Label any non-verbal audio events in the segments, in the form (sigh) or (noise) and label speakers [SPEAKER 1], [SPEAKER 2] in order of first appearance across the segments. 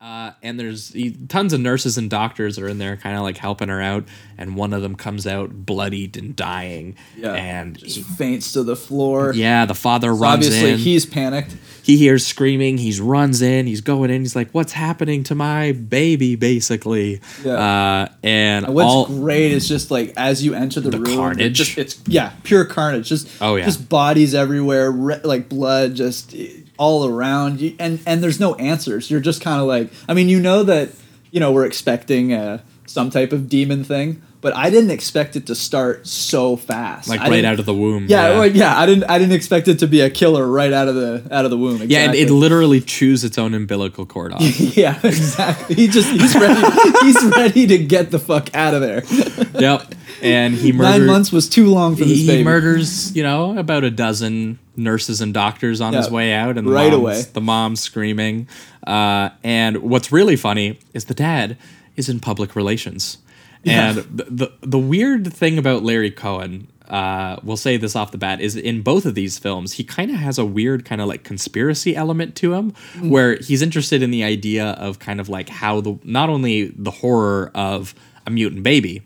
[SPEAKER 1] Uh, and there's e- tons of nurses and doctors are in there, kind of like helping her out. And one of them comes out bloodied and dying.
[SPEAKER 2] Yeah.
[SPEAKER 1] And
[SPEAKER 2] Just faints to the floor.
[SPEAKER 1] yeah, the father runs
[SPEAKER 2] Obviously,
[SPEAKER 1] in.
[SPEAKER 2] he's panicked.
[SPEAKER 1] he hears screaming. He runs in. He's going in. He's like, "What's happening to my baby?" Basically.
[SPEAKER 2] Yeah.
[SPEAKER 1] Uh, and
[SPEAKER 2] What's
[SPEAKER 1] all
[SPEAKER 2] great is just like as you enter the, room,
[SPEAKER 1] carnage.
[SPEAKER 2] It's, just, it's yeah, pure carnage. Just
[SPEAKER 1] Oh, yeah.
[SPEAKER 2] just bodies everywhere, re- like blood, just eh, all around. You, and and there's no answers. You're just kind of like, I mean, you know that you know we're expecting uh, some type of demon thing, but I didn't expect it to start so fast.
[SPEAKER 1] like
[SPEAKER 2] I
[SPEAKER 1] right
[SPEAKER 2] didn't-
[SPEAKER 1] out of the womb.
[SPEAKER 2] Yeah, yeah. yeah, I didn't I didn't expect it to be a killer right out of the out of the womb. Exactly.
[SPEAKER 1] Yeah, and it literally chews its own umbilical cord
[SPEAKER 2] (laughs)
[SPEAKER 1] off.
[SPEAKER 2] yeah, exactly. He just he's ready he's ready to get the fuck out of there.
[SPEAKER 1] yep. And he murders.
[SPEAKER 2] Nine months was too long for this
[SPEAKER 1] he,
[SPEAKER 2] baby.
[SPEAKER 1] he murders, you know, about a dozen nurses and doctors on his
[SPEAKER 2] Yeah.
[SPEAKER 1] way out, and the
[SPEAKER 2] Right
[SPEAKER 1] mom's-
[SPEAKER 2] away.
[SPEAKER 1] the mom's screaming. Uh, and what's really funny is the dad is in public relations, and the, the the weird thing about Larry Cohen. Uh, we'll say this off the bat is in both of these films he kind of has a weird kind of like conspiracy element to him
[SPEAKER 2] Mm.
[SPEAKER 1] where he's interested in the idea of kind of like how the not only the horror of a mutant baby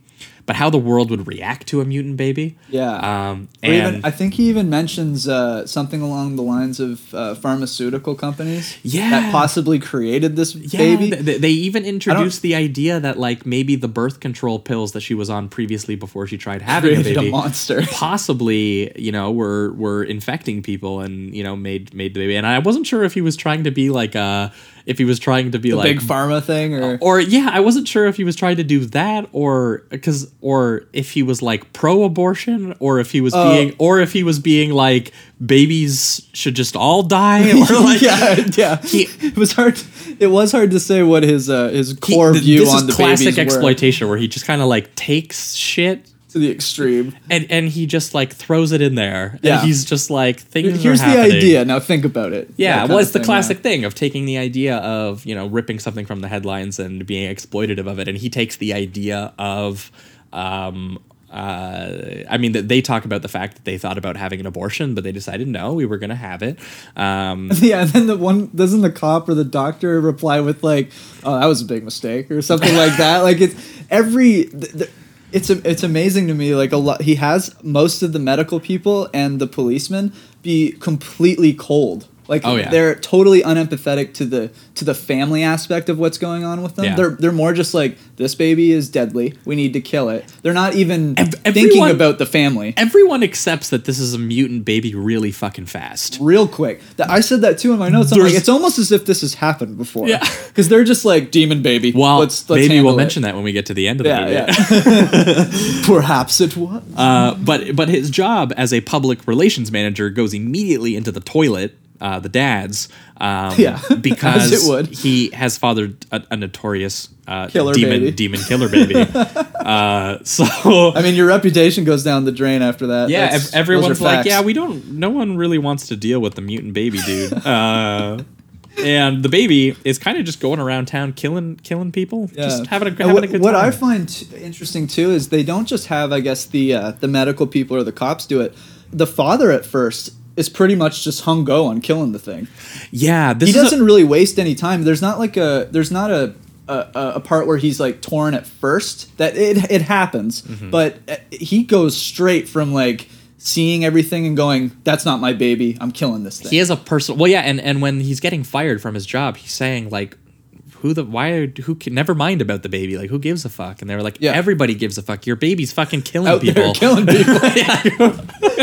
[SPEAKER 1] but how the world would react to a mutant baby
[SPEAKER 2] Yeah.
[SPEAKER 1] um,
[SPEAKER 2] Or
[SPEAKER 1] and
[SPEAKER 2] even, I think he even mentions uh, something along the lines of uh, pharmaceutical companies
[SPEAKER 1] Yeah.
[SPEAKER 2] that possibly created this
[SPEAKER 1] yeah,
[SPEAKER 2] baby.
[SPEAKER 1] th- th- they even introduced the idea that like maybe the birth control pills that she was on previously before she tried having a
[SPEAKER 2] created a
[SPEAKER 1] baby
[SPEAKER 2] monster. (laughs)
[SPEAKER 1] possibly you know were were infecting people and you know made made the baby. And I wasn't sure if he was trying to be like uh if he was trying to be (laughs) like
[SPEAKER 2] Big pharma thing or
[SPEAKER 1] or yeah, I wasn't sure if he was trying to do that or because or if he was like pro-abortion or if he was
[SPEAKER 2] Oh.
[SPEAKER 1] being or if he was being like babies should just all
[SPEAKER 2] (laughs)
[SPEAKER 1] die or like
[SPEAKER 2] yeah, yeah.
[SPEAKER 1] He-
[SPEAKER 2] it was hard. It was hard to say what his uh, his
[SPEAKER 1] He-
[SPEAKER 2] core
[SPEAKER 1] th-
[SPEAKER 2] view
[SPEAKER 1] this
[SPEAKER 2] on
[SPEAKER 1] is
[SPEAKER 2] the
[SPEAKER 1] classic
[SPEAKER 2] babies were
[SPEAKER 1] exploitation where he just kind of like takes shit
[SPEAKER 2] to the extreme.
[SPEAKER 1] and and he just like throws it in there
[SPEAKER 2] Yeah.
[SPEAKER 1] and he's just like things
[SPEAKER 2] Here's
[SPEAKER 1] are
[SPEAKER 2] the
[SPEAKER 1] happening.
[SPEAKER 2] idea. Now think about it. That
[SPEAKER 1] yeah
[SPEAKER 2] kind
[SPEAKER 1] well
[SPEAKER 2] of
[SPEAKER 1] it's the
[SPEAKER 2] thing, yeah.
[SPEAKER 1] classic thing of taking the idea of you know ripping something from the headlines and being exploitative of it and he takes the idea of um uh, I mean that they talk about the fact that they thought about having an abortion, but they decided no, we were gonna have it. Um,
[SPEAKER 2] (laughs) Yeah, and then the one doesn't the cop or the doctor reply with like, "Oh, that was a big mistake" or something
[SPEAKER 1] (laughs)
[SPEAKER 2] like that. Like it's every. Th- th- it's a, it's amazing to me. Like a lot, he has most of the medical people and the policemen be completely cold. Like
[SPEAKER 1] Oh, yeah.
[SPEAKER 2] they're totally unempathetic to the to the family aspect of what's going on with them.
[SPEAKER 1] Yeah.
[SPEAKER 2] They're they're more just like this baby is deadly. We need to kill it. They're not even
[SPEAKER 1] Ev-
[SPEAKER 2] thinking
[SPEAKER 1] everyone-
[SPEAKER 2] about the family.
[SPEAKER 1] everyone accepts that this is a mutant baby really fucking fast.
[SPEAKER 2] real quick. That I said that too in my notes. I'm like,
[SPEAKER 1] There's-
[SPEAKER 2] it's almost as if this has happened before. (laughs)
[SPEAKER 1] Yeah.
[SPEAKER 2] because they're just like demon baby.
[SPEAKER 1] Well,
[SPEAKER 2] let's, let's
[SPEAKER 1] maybe
[SPEAKER 2] handle
[SPEAKER 1] we'll
[SPEAKER 2] it."
[SPEAKER 1] mention that when we get to the end of the
[SPEAKER 2] Yeah,
[SPEAKER 1] movie.
[SPEAKER 2] yeah.
[SPEAKER 1] (laughs)
[SPEAKER 2] (laughs) Perhaps it was.
[SPEAKER 1] Uh, but but his job as a public relations manager goes immediately into the toilet. Uh, the dad's, um,
[SPEAKER 2] Yeah, (laughs)
[SPEAKER 1] because
[SPEAKER 2] as it would.
[SPEAKER 1] he has fathered a, a notorious uh,
[SPEAKER 2] Killer
[SPEAKER 1] demon
[SPEAKER 2] baby.
[SPEAKER 1] demon killer
[SPEAKER 2] (laughs)
[SPEAKER 1] baby. uh, so
[SPEAKER 2] I mean, your reputation goes down the drain after that.
[SPEAKER 1] yeah,
[SPEAKER 2] That's-
[SPEAKER 1] ev-
[SPEAKER 2] those are
[SPEAKER 1] everyone's like,
[SPEAKER 2] facts.
[SPEAKER 1] yeah, we don't. No one really wants to deal with the mutant baby dude. Uh, and the baby is kind of just going around town killing killing people, just having a,
[SPEAKER 2] And
[SPEAKER 1] having
[SPEAKER 2] what,
[SPEAKER 1] a good
[SPEAKER 2] what
[SPEAKER 1] time.
[SPEAKER 2] I find t- interesting too is they don't just have, I guess, the uh, the medical people or the cops do it. The father at first is pretty much just hung go on killing the thing.
[SPEAKER 1] yeah, this
[SPEAKER 2] he
[SPEAKER 1] is a-
[SPEAKER 2] doesn't really waste any time. There's not like a there's not a a, a part where he's like torn at first. That it it happens,
[SPEAKER 1] Mm-hmm.
[SPEAKER 2] but uh, he goes straight from like seeing everything and going, "That's not my baby. I'm killing this (laughs) thing."
[SPEAKER 1] he is a personal well yeah and and when he's getting fired from his job he's saying like who the why who can never mind about the baby like who gives a fuck and they were like
[SPEAKER 2] Yeah.
[SPEAKER 1] everybody gives a fuck your baby's fucking killing
[SPEAKER 2] out
[SPEAKER 1] people
[SPEAKER 2] there
[SPEAKER 1] (laughs)
[SPEAKER 2] killing people. (laughs)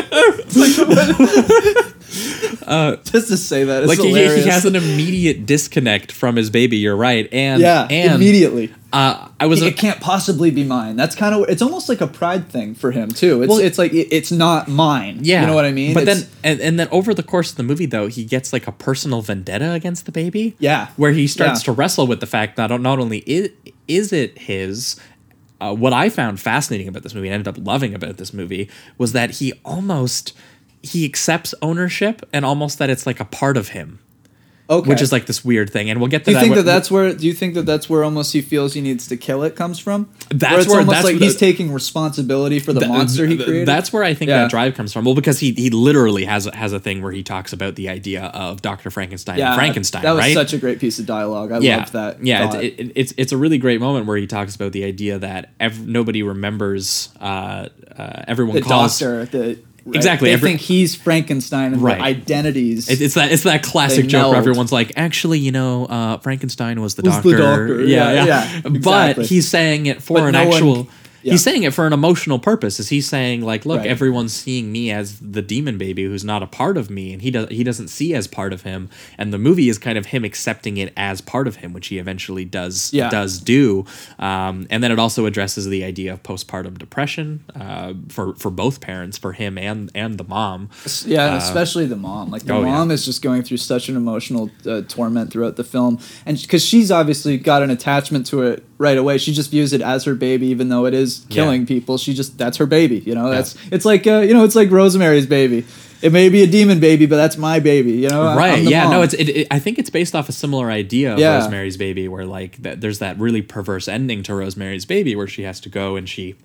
[SPEAKER 2] Just to say that, it's
[SPEAKER 1] Uh, like he, he
[SPEAKER 2] hilarious.
[SPEAKER 1] has an immediate disconnect from his baby you're right and
[SPEAKER 2] yeah,
[SPEAKER 1] and
[SPEAKER 2] immediately.
[SPEAKER 1] uh i was
[SPEAKER 2] It can't possibly be mine. That's kind of it's almost like a pride thing for him too. It's
[SPEAKER 1] Well-
[SPEAKER 2] it's like it, it's not mine.
[SPEAKER 1] yeah
[SPEAKER 2] you know what I mean.
[SPEAKER 1] but
[SPEAKER 2] It's-
[SPEAKER 1] then and, and then over the course of the movie though he gets like a personal vendetta against the baby
[SPEAKER 2] Yeah.
[SPEAKER 1] where he starts
[SPEAKER 2] Yeah.
[SPEAKER 1] to wrestle with the fact that not only is, is it his uh, what i found fascinating about this movie and ended up loving about this movie was that he almost he accepts ownership and almost that it's like a part of him
[SPEAKER 2] Okay.
[SPEAKER 1] which is like this weird thing, and we'll get to
[SPEAKER 2] do you
[SPEAKER 1] that.
[SPEAKER 2] think
[SPEAKER 1] wh-
[SPEAKER 2] that that's where? Do you think that that's where almost he feels he needs to kill it comes from?
[SPEAKER 1] That's
[SPEAKER 2] where it's
[SPEAKER 1] where-
[SPEAKER 2] almost
[SPEAKER 1] that's
[SPEAKER 2] like
[SPEAKER 1] the-
[SPEAKER 2] he's taking responsibility for the
[SPEAKER 1] th-
[SPEAKER 2] monster he
[SPEAKER 1] th-
[SPEAKER 2] created.
[SPEAKER 1] That's where I think
[SPEAKER 2] Yeah.
[SPEAKER 1] that drive comes from. Well, because he he literally has has a thing where he talks about the idea of Doctor Frankenstein and Frankenstein.
[SPEAKER 2] That was
[SPEAKER 1] right?
[SPEAKER 2] such a great piece of dialogue. I
[SPEAKER 1] yeah,
[SPEAKER 2] loved that.
[SPEAKER 1] Yeah,
[SPEAKER 2] thought.
[SPEAKER 1] it's, it, it's it's a really great moment where he talks about the idea that ev- nobody remembers. Uh, uh, everyone
[SPEAKER 2] the
[SPEAKER 1] calls
[SPEAKER 2] doctor. The, right?
[SPEAKER 1] Exactly,
[SPEAKER 2] They
[SPEAKER 1] every-
[SPEAKER 2] think he's Frankenstein and
[SPEAKER 1] Right.
[SPEAKER 2] right. identities.
[SPEAKER 1] It- it's that it's that classic
[SPEAKER 2] They
[SPEAKER 1] joke
[SPEAKER 2] meld.
[SPEAKER 1] where everyone's like, actually, you know, uh, Frankenstein was the
[SPEAKER 2] Was
[SPEAKER 1] doctor.
[SPEAKER 2] the doctor, yeah, yeah,
[SPEAKER 1] But
[SPEAKER 2] exactly.
[SPEAKER 1] he's saying it for
[SPEAKER 2] But
[SPEAKER 1] an
[SPEAKER 2] no one-
[SPEAKER 1] actual.
[SPEAKER 2] yeah.
[SPEAKER 1] He's saying it for an emotional purpose. Is he saying like, look,
[SPEAKER 2] Right.
[SPEAKER 1] everyone's seeing me as the demon baby who's not a part of me, and he does he doesn't see as part of him, and the movie is kind of him accepting it as part of him, which he eventually does
[SPEAKER 2] Yeah.
[SPEAKER 1] does do. Um, and then it also addresses the idea of postpartum depression uh, for for both parents, for him and and the mom.
[SPEAKER 2] Yeah, and especially the mom. Like the
[SPEAKER 1] Uh, oh, yeah.
[SPEAKER 2] mom is just going through such an emotional uh, torment throughout the film, and because she's obviously got an attachment to it right away, she just views it as her baby, even though it is
[SPEAKER 1] Yeah.
[SPEAKER 2] killing people. She just that's her baby. You know, that's it's like uh, you know, it's like Rosemary's baby. It may be a demon baby, but that's my baby. You know, I'm-
[SPEAKER 1] right
[SPEAKER 2] I'm the
[SPEAKER 1] yeah no
[SPEAKER 2] mom.
[SPEAKER 1] it's it, it- i think it's based off a similar idea of
[SPEAKER 2] Yeah.
[SPEAKER 1] rosemary's baby where like that there's that really perverse ending to rosemary's baby where she has to go and she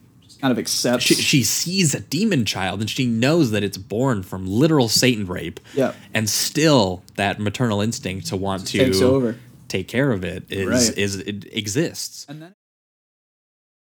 [SPEAKER 2] kind of accepts.
[SPEAKER 1] she, she sees a demon child and she knows that it's born from literal satan rape
[SPEAKER 2] Yeah.
[SPEAKER 1] and still that maternal instinct to want to
[SPEAKER 2] takes over.
[SPEAKER 1] take care of it is
[SPEAKER 2] Right.
[SPEAKER 1] is it exists
[SPEAKER 2] and then